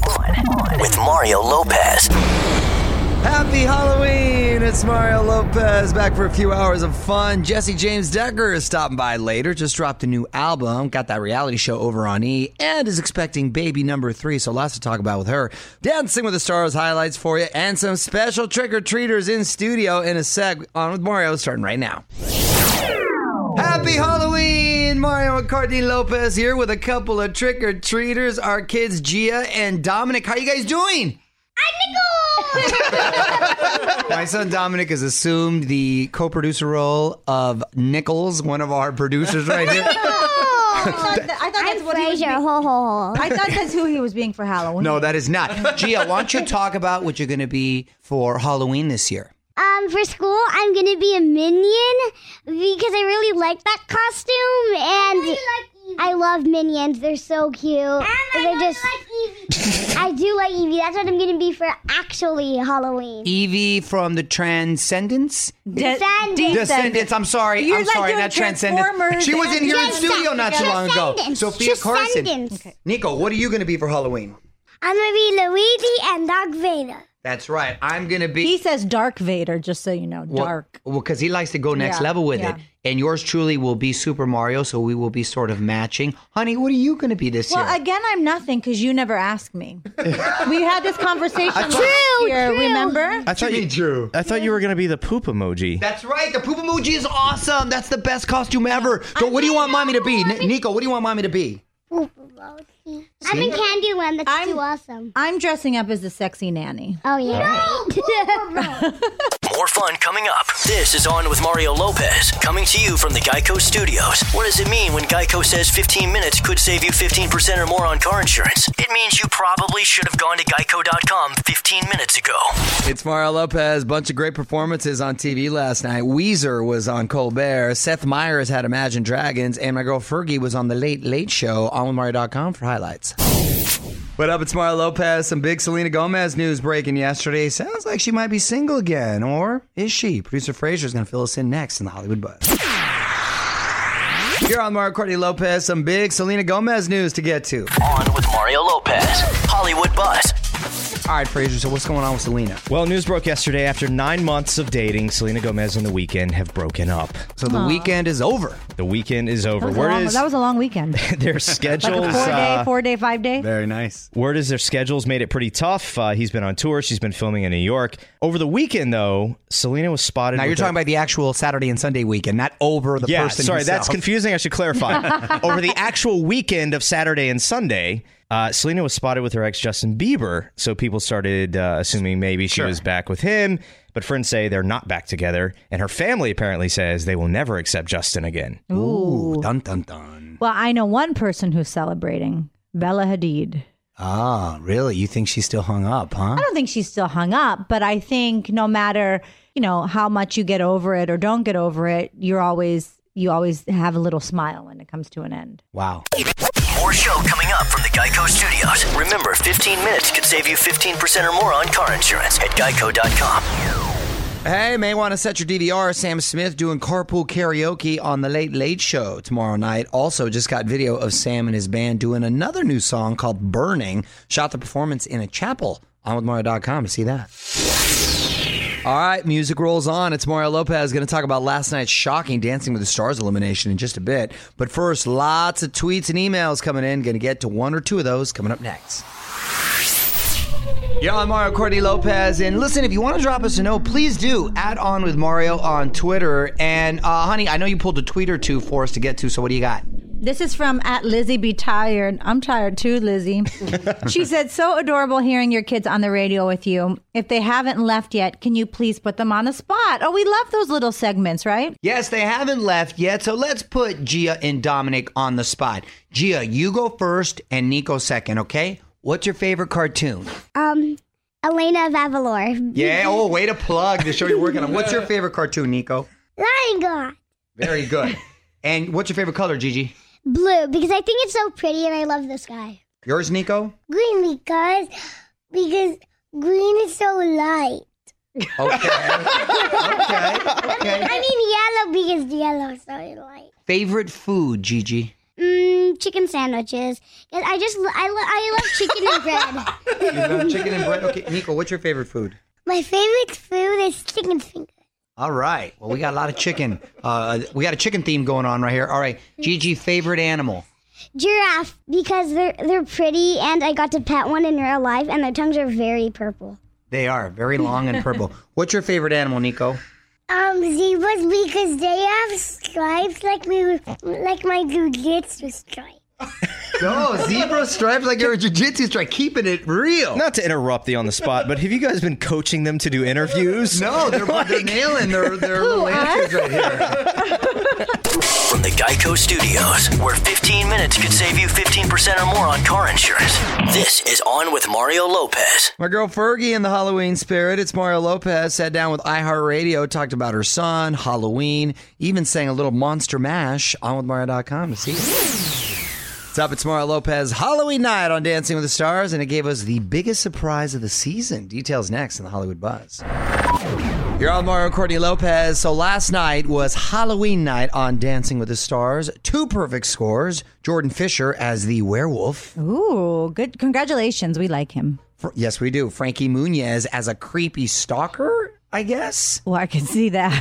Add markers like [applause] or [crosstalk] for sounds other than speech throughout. on with Mario Lopez. Happy Halloween! It's Mario Lopez back for a few hours of fun. Jesse James Decker is stopping by later, just dropped a new album, got that reality show over on E, and is expecting baby number three, so lots to talk about with her. Dancing with the Stars highlights for you, and some special trick or treaters in studio in a sec. On with Mario, starting right now. Happy Halloween! Mario McCartney Lopez here with a couple of trick or treaters, our kids Gia and Dominic. How you guys doing? My son Dominic has assumed the co-producer role of Nichols, one of our producers right [laughs] here. I thought that's what he was. Frasier, ho ho ho. I thought that's who he was being for Halloween. No, that is not. Gia, why don't you talk about what you're going to be for Halloween this year? Um, for school, I'm gonna be a minion because I really like that costume, and I love minions. They're so cute. They're just. [laughs] I do like Evie. That's what I'm gonna be for actually Halloween. Evie from the Transcendence? De- Descendants. Descendants, I'm sorry. You're I'm like sorry, doing not Transcendence. Transformers She was in and- here in Yes, studio not too long ago. Transcendence. Sophia Carson. Transcendence. Nico, what are you going to be for Halloween? I'm gonna be Luigi and Dark Vader. That's right. I'm going to be He says Dark Vader, just so you know. Dark. Well, because he likes to go next Yeah, level with yeah. it. And yours truly will be Super Mario, so we will be sort of matching. Honey, what are you going to be this Well, year? again, I'm nothing because you never ask me. we had this conversation last True, year, true. remember? I thought you, Drew. I thought you were gonna be the poop emoji. That's right. The poop emoji is awesome. That's the best costume ever. So, what do you want mommy to be? N- Nico, what do you want mommy to be? I'm in Candyland. That's I'm- too awesome. I'm dressing up as the sexy nanny. Oh yeah. [laughs] More fun coming up. This is On with Mario Lopez, coming to you from the Geico Studios. What does it mean when Geico says 15 minutes could save you 15% or more on car insurance? It means you probably should have gone to geico.com 15 minutes ago. It's Mario Lopez. Bunch of great performances on TV last night. Weezer was on Colbert. Seth Meyers had Imagine Dragons. And my girl Fergie was on The Late Late Show on Mario.com for highlights. What up? It's Mario Lopez. Some big Selena Gomez news breaking yesterday. Sounds like she might be single again, or is she? Producer Fraser is going to fill us in next in the Hollywood Buzz. You're on Mario Courtney Lopez. Some big Selena Gomez news to get to. On with Mario Lopez, Hollywood Buzz. All right, Fraser. So what's going on with Selena? Well, news broke yesterday after nine months of dating, Selena Gomez and The Weeknd have broken up. So the weekend is over. The Weeknd is over. That was, a Word long, is that was a long weekend. [laughs] their Like a schedules. four day, uh, four day, five day. Very nice. Word is their schedules made it pretty tough. Uh, he's been on tour. She's been filming in New York. Over the weekend, though, Selena was spotted. Now with you're talking a- about the actual Saturday and Sunday weekend, not over the yeah, person. sorry, himself. that's confusing. I [laughs] should clarify. Over the actual weekend of Saturday and Sunday, uh, Selena was spotted with her ex Justin Bieber, so people started uh, assuming maybe she was back with him. But friends say they're not back together, and her family apparently says they will never accept Justin again. Ooh, dun dun dun. Well, I know one person who's celebrating Bella Hadid. Ah, really? You think she's still hung up, huh? I don't think she's still hung up, but I think no matter, you know, how much you get over it or don't get over it, you're always you always have a little smile when it comes to an end. Wow. More show coming up from the Geico Studios. Remember, 15 minutes could save you 15% or more on car insurance at geico.com. Hey, may want to set your DVR. Sam Smith doing carpool karaoke on the Late Late Show tomorrow night. Also, just got video of Sam and his band doing another new song called Burning. Shot the performance in a chapel. On with Mario.com to see that. All right, music rolls on. It's Mario Lopez going to talk about last night's shocking Dancing with the Stars elimination in just a bit. But first, lots of tweets and emails coming in. Going to get to one or two of those coming up next. Yo, I'm Mario Courtney Lopez, and listen, if you want to drop us a note, please do. Add on with Mario on Twitter, and uh, honey, I know you pulled a tweet or two for us to get to. So what do you got? This is from at Lizzie Be Tired. I'm tired too, Lizzie. she said, So adorable hearing your kids on the radio with you. If they haven't left yet, can you please put them on the spot? Oh, we love those little segments, right? Yes, they haven't left yet, so let's put Gia and Dominic on the spot. Gia, you go first, and Nico second. Okay? What's your favorite cartoon? Um, Elena of Avalor. Yeah. Oh, way to plug the show you're working on. What's your favorite cartoon, Nico? Lion God. Very good. And what's your favorite color, Gigi? Blue, because I think it's so pretty and I love the sky. Yours, Nico. Green because because green is so light. Okay. okay. Okay. I mean yellow because yellow is so light. Favorite food, Gigi. mm, chicken sandwiches. 'Cause I just lo- I, lo- I love chicken and [laughs] bread. You love chicken and bread. Okay, Nico, what's your favorite food? My favorite food is chicken finger. All right. Well, we got a lot of chicken. Uh, we got a chicken theme going on right here. All right, Gigi, favorite animal. Giraffe because they're they're pretty and I got to pet one in real life and their tongues are very purple. They are very long and [laughs] purple. What's your favorite animal, Nico? Um, zebras because they have stripes like we were, like my jujitsu stripe. No, zebra stripes like you're a jujitsu stripe. Keeping it real. Not to interrupt the on the spot, but have you guys been coaching them to do interviews? No, [laughs] they're, they're nailing their, their little answers right here. From the Geico Studios, where 15 minutes could save you 15% or more on car insurance. This is On with Mario Lopez. My girl Fergie in the Halloween spirit, it's Mario Lopez, sat down with iHeartRadio, talked about her son, Halloween, even sang a little Monster Mash on with Mario.com to see. What's up? It's Mario Lopez, Halloween night on Dancing with the Stars, and it gave us the biggest surprise of the season. Details next in the Hollywood Buzz. You're on Mario and Courtney Lopez. So last night was Halloween night on Dancing with the Stars. Two perfect scores. Jordan Fisher as the werewolf. Ooh, good. Congratulations. We like him. Fr- Yes, we do. Frankie Muniz as a creepy stalker, I guess. Well, I can see that.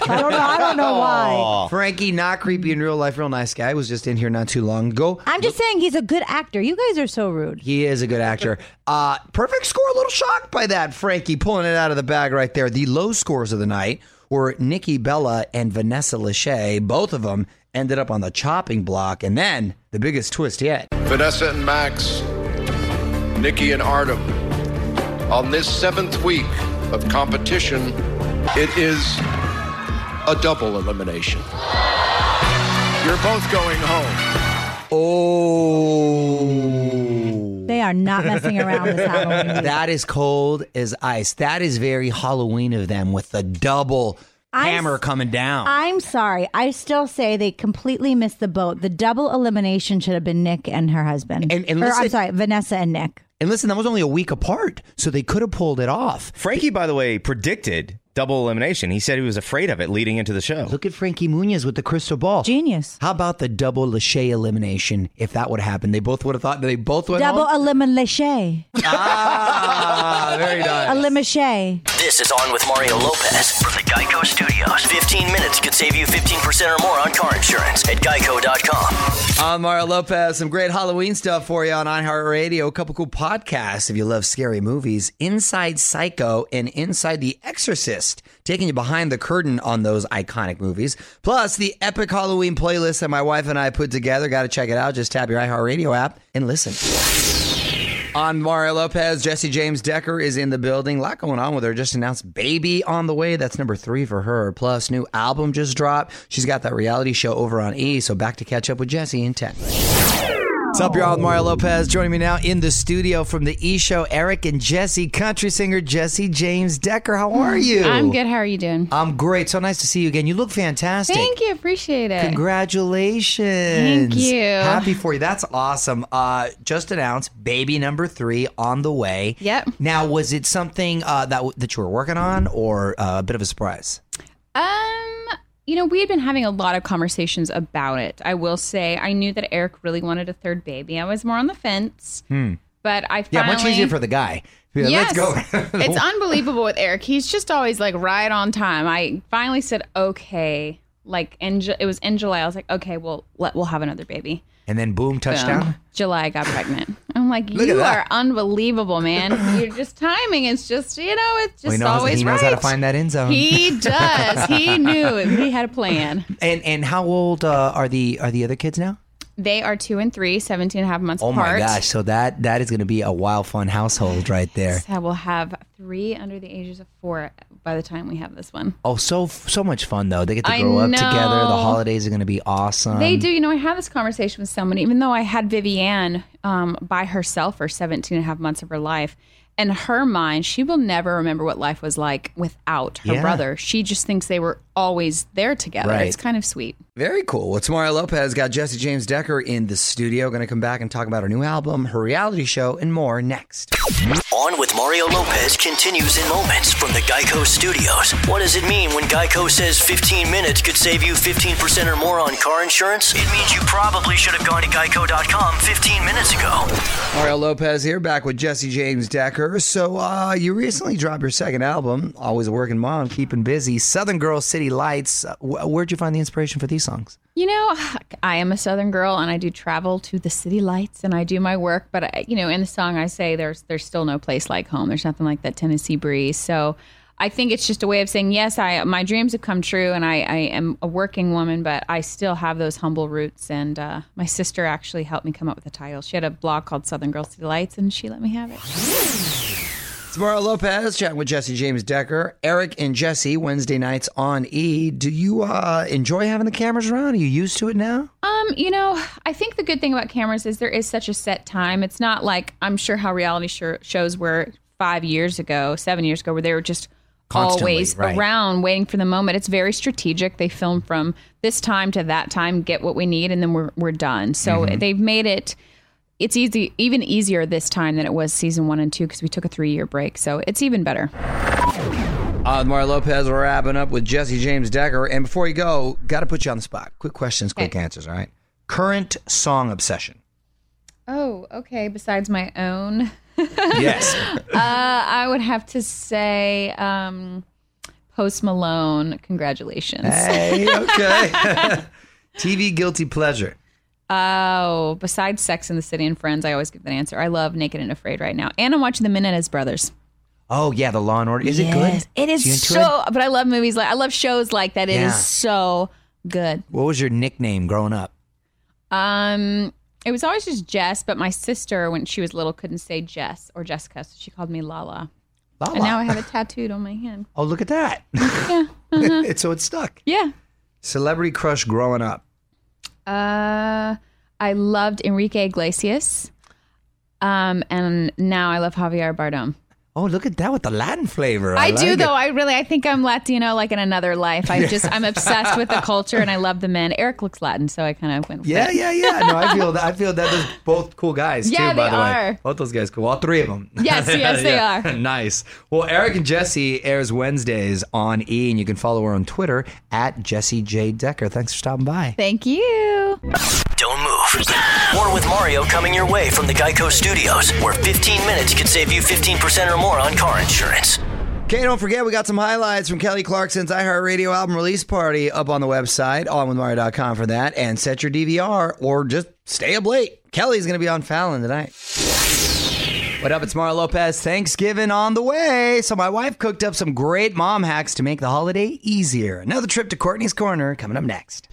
[laughs] I don't know. I don't know why. [laughs] Frankie, not creepy in real life, real nice guy, was just in here not too long ago. I'm just saying he's a good actor. You guys are so rude. He is a good actor. Uh, perfect score. A little shocked by that, Frankie, pulling it out of the bag right there. The low scores of the night were Nikki Bella and Vanessa Lachey. Both of them ended up on the chopping block. And then the biggest twist yet. Vanessa and Max, Nikki and Artem. On this seventh week of competition, it is a double elimination. You're both going home. Oh. They are not messing around [laughs] this Halloween. week. That is cold as ice. That is very Halloween of them with the double I hammer s- coming down. I'm sorry. I still say they completely missed the boat. The double elimination should have been Nick and her husband. And- and or, I'm listen- sorry, Vanessa and Nick. and listen, that was only a week apart, so they could have pulled it off. Frankie, by the way, predicted double elimination. He said he was afraid of it leading into the show. Look at Frankie Muniz with the crystal ball. Genius. How about the double Lachey elimination? If that would have happened, they both would have thought they both went Double [laughs] home. elimination. ah, very nice. Elimination. This is On with Mario Lopez from the Geico Studios. 15 minutes could save you 15% or more on car insurance at geico.com. I'm Mario Lopez. Some great Halloween stuff for you on iHeartRadio. A couple cool podcasts if you love scary movies. Inside Psycho and Inside the Exorcist, taking you behind the curtain on those iconic movies. Plus, the epic Halloween playlist that my wife and I put together. Got to check it out. Just tap your iHeartRadio app and listen. On Mario Lopez, Jesse James Decker is in the building. A lot going on with her. Just announced Baby on the way. That's number three for her. Plus, new album just dropped. She's got that reality show over on E. So back to catch up with Jesse in 10. What's up, y'all? With Mario Lopez joining me now in the studio from the E Show, Eric and Jesse, country singer Jesse James Decker. How are you? I'm good. How are you doing? I'm great. So nice to see you again. You look fantastic. Thank you. Appreciate it. Congratulations. Thank you. Happy for you. That's awesome. Uh, just announced baby number three on the way. Yep. Now, was it something uh, that, that you were working on or uh, a bit of a surprise? um, you know, we had been having a lot of conversations about it. I will say, I knew that Eric really wanted a third baby. I was more on the fence, but I Hmm. Yeah, finally much easier for the guy. Yeah, Yes. Let's go. [laughs] it's unbelievable with Eric. He's just always like right on time. I finally said okay. Like in Ju- it was in July. I was like, okay, well, let we'll have another baby. [laughs] and then boom, touchdown. Boom. July I got pregnant. I'm like, Look at you that. are unbelievable, man. You're just timing. It's just you know, it's just Well, he knows- always he knows how right. to find that end zone. [laughs] He does. he knew. He had a plan. And and how old uh, are the are the other kids now? They are two and three, 17 and a half months Oh my apart. gosh! So that that is going to be a wild fun household right there. So we'll have three under the ages of four by the time we have this one. Oh, so so much fun though. They get to I grow up together. The know. holidays are going to be awesome. They do. You know, I had this conversation with someone, even though I had Vivienne um, by herself for 17 and a half months of her life. In her mind, she will never remember what life was like without her Yeah. brother. She just thinks they were always there together. Right. It's kind of sweet. Very cool. Well, Tamara Lopez got Jesse James Decker in the studio. Going to come back and talk about her new album, her reality show, and more next. On with Mario Lopez continues in moments from the Geico Studios. What does it mean when Geico says 15 minutes could save you 15% or more on car insurance? It means you probably should have gone to geico.com 15 minutes ago. Mario Lopez here, back with Jesse James Decker. So, uh, you recently dropped your second album, Always a Working Mom, Keeping Busy, Southern Girl City Lights. Uh, wh- where'd you find the inspiration for these songs? You know, [sighs] I am a Southern girl, and I do travel to the city lights, and I do my work. But I, you know, in the song, I say there's there's still no place like home. There's nothing like that Tennessee breeze. So I think it's just a way of saying yes, I my dreams have come true, and I, I am a working woman, but I still have those humble roots. And uh, my sister actually helped me come up with the title. She had a blog called Southern Girl City Lights, and she let me have it. It's Mario Lopez chatting with Jesse James Decker, Eric and Jesse, Wednesday nights on E. Do you uh, enjoy having the cameras around? Are you used to it now? Um, you know, I think the good thing about cameras is there is such a set time. It's not like I'm sure how reality sho- shows were five years ago, seven years ago, where they were just Constantly, always right. around waiting for the moment. It's very strategic. They film from this time to that time, get what we need, and then we're we're done. So Mm-hmm. they've made it. It's easy, even easier this time than it was season one and two because we took a three year break. So it's even better. Uh, Mario Lopez, we're wrapping up with Jesse James Decker. And before you go, got to put you on the spot. Quick questions, quick answers, all right? Current song obsession. Oh, okay. Besides my own. Yes. I would have to say um, Post Malone. [laughs] Congratulations. hey, okay. [laughs] TV guilty pleasure. Oh, besides Sex in the City and Friends, I always give that answer. I love Naked and Afraid right now, and I'm watching The Menendez Brothers. Oh yeah, the Law and Order. Is it good? It You is into so. But I love movies like I love shows like that. It is Yeah. so good. What was your nickname growing up? Um, it was always just Jess, but my sister when she was little couldn't say Jess or Jessica, so she called me Lala. Lala. And now I have it tattooed on my hand. oh, look at [laughs] that. uh-huh. [laughs] so it stuck. Yeah. Celebrity crush growing up. Uh, I loved Enrique Iglesias. Um, and now I love Javier Bardem. Oh, look at that with the Latin flavor. I, I, do like though. It. I really, I think I'm Latino, like in another [laughs] life. I just, I'm obsessed with the culture, and I love the men. Eric looks Latin, so I kind of went. With [laughs] Yeah, it. yeah, yeah. No, I feel that. I feel that. Those both cool guys Yeah, too. By they the way, are. both those guys cool. All three of them. [laughs] Yes, yes, they are. nice. Well, Eric and Jesse airs Wednesdays on E, and you can follow her on Twitter at Jesse J Decker. Thanks for stopping by. Thank you. Don't move. More with Mario coming your way from the Geico Studios, where 15 minutes could save you 15% or more on car insurance. Okay, don't forget, we got some highlights from Kelly Clarkson's iHeartRadio album release party up on the website, onwithmario.com for that, and set your DVR or just stay up late. Kelly's going to be on Fallon tonight. What up? It's Mario Lopez. Thanksgiving on the way. So, my wife cooked up some great mom hacks to make the holiday easier. Another trip to Courtney's Corner coming up next.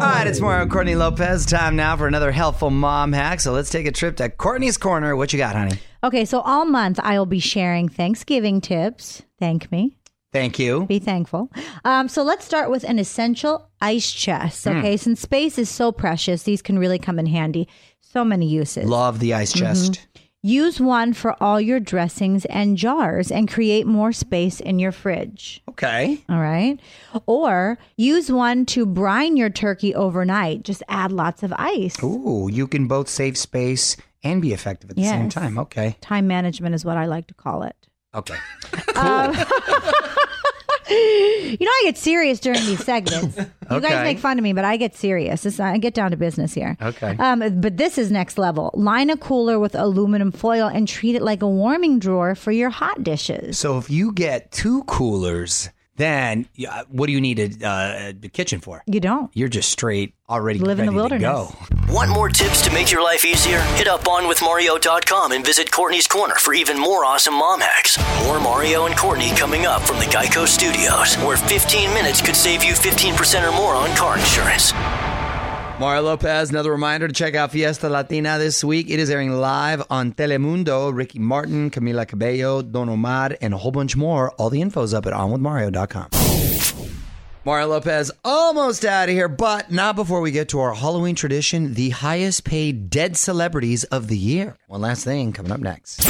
All right, it's Mario and Courtney Lopez. Time now for another helpful mom hack. So, let's take a trip to Courtney's Corner. What you got, honey? Okay, so all month I will be sharing Thanksgiving tips. Thank me. Thank you. Be thankful. Um, so let's start with an essential ice chest. Hmm. Okay, since space is so precious, these can really come in handy. So many uses. Love the ice chest. Use one for all your dressings and jars and create more space in your fridge. Okay. All right. Or use one to brine your turkey overnight. Just add lots of ice. Ooh, you can both save space and be effective at the same Yes. time. Okay. Time management is what I like to call it. Okay. You know, I get serious during [laughs] these segments. You Okay. guys make fun of me, but I get serious. This, I get down to business here. Okay. Um, but this is next level. Line a cooler with aluminum foil and treat it like a warming drawer for your hot dishes. So if you get two coolers, then yeah, what do you need a, uh, a kitchen for? You don't. You're just straight already Live in the ready to wilderness. go. Want more tips to make your life easier? Hit up onwithmario.com and visit Courtney's Corner for even more awesome mom hacks. More Mario and Courtney coming up from the Geico Studios, where 15 minutes could save you 15% or more on car insurance. Mara Lopez, another reminder to check out Fiesta Latina this week. It is airing live on Telemundo. Ricky Martin, Camila Cabello, Don Omar, and a whole bunch more. All the info's up at onwithmario.com. Mario Lopez almost out of here, but not before we get to our Halloween tradition, the highest paid dead celebrities of the year. One last thing coming up next.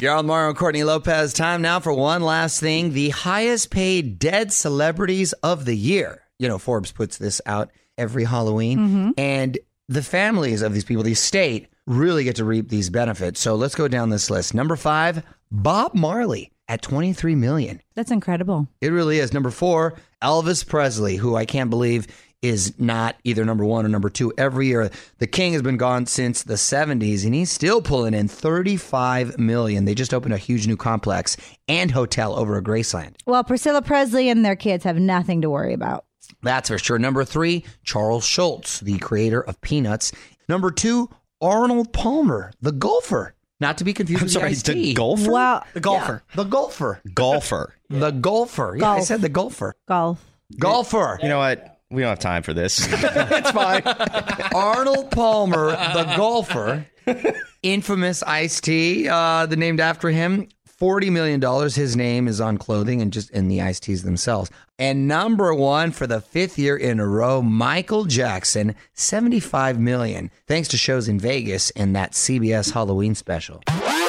You're on Mario and Courtney Lopez. Time now for one last thing the highest paid dead celebrities of the year. You know, Forbes puts this out every Halloween, and the families of these people, the state, really get to reap these benefits. So let's go down this list. Number five, Bob Marley at 23 million. That's incredible. It really is. Number four, Elvis Presley, who I can't believe is not either number one or number two every year. The king has been gone since the 70s and he's still pulling in 35 million. They just opened a huge new complex and hotel over at Graceland. Well, Priscilla Presley and their kids have nothing to worry about. That's for sure. Number three, Charles Schultz, the creator of Peanuts. Number two, Arnold Palmer, the golfer. Not to be confused I'm with sorry, the the iced tea. golfer? Well, The golfer. The golfer. Golfer. The golfer. Yeah, I Golf. said the golfer. golf. Golfer. You know what? We don't have time for this. it's fine. Arnold Palmer, the golfer, infamous Ice T, uh, the named after him. Forty million dollars. His name is on clothing and just in the Ice Tees themselves. And number one for the fifth year in a row, Michael Jackson, seventy-five million, thanks to shows in Vegas and that CBS Halloween special.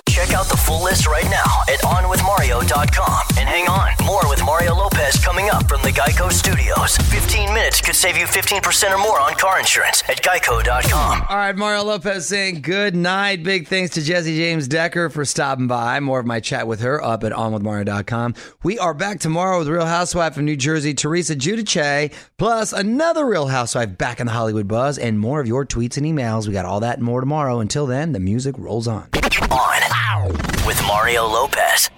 Check out the full list right now at onwithmario.com. And hang on, more with Mario Lopez coming up from the Geico Studios. 15 minutes could save you 15% or more on car insurance at geico.com. All right, Mario Lopez saying good night. Big thanks to Jesse James Decker for stopping by. More of my chat with her up at onwithmario.com. We are back tomorrow with Real Housewife of New Jersey, Teresa Giudice, plus another Real Housewife back in the Hollywood buzz, and more of your tweets and emails. We got all that and more tomorrow. Until then, the music rolls on. On with Mario Lopez.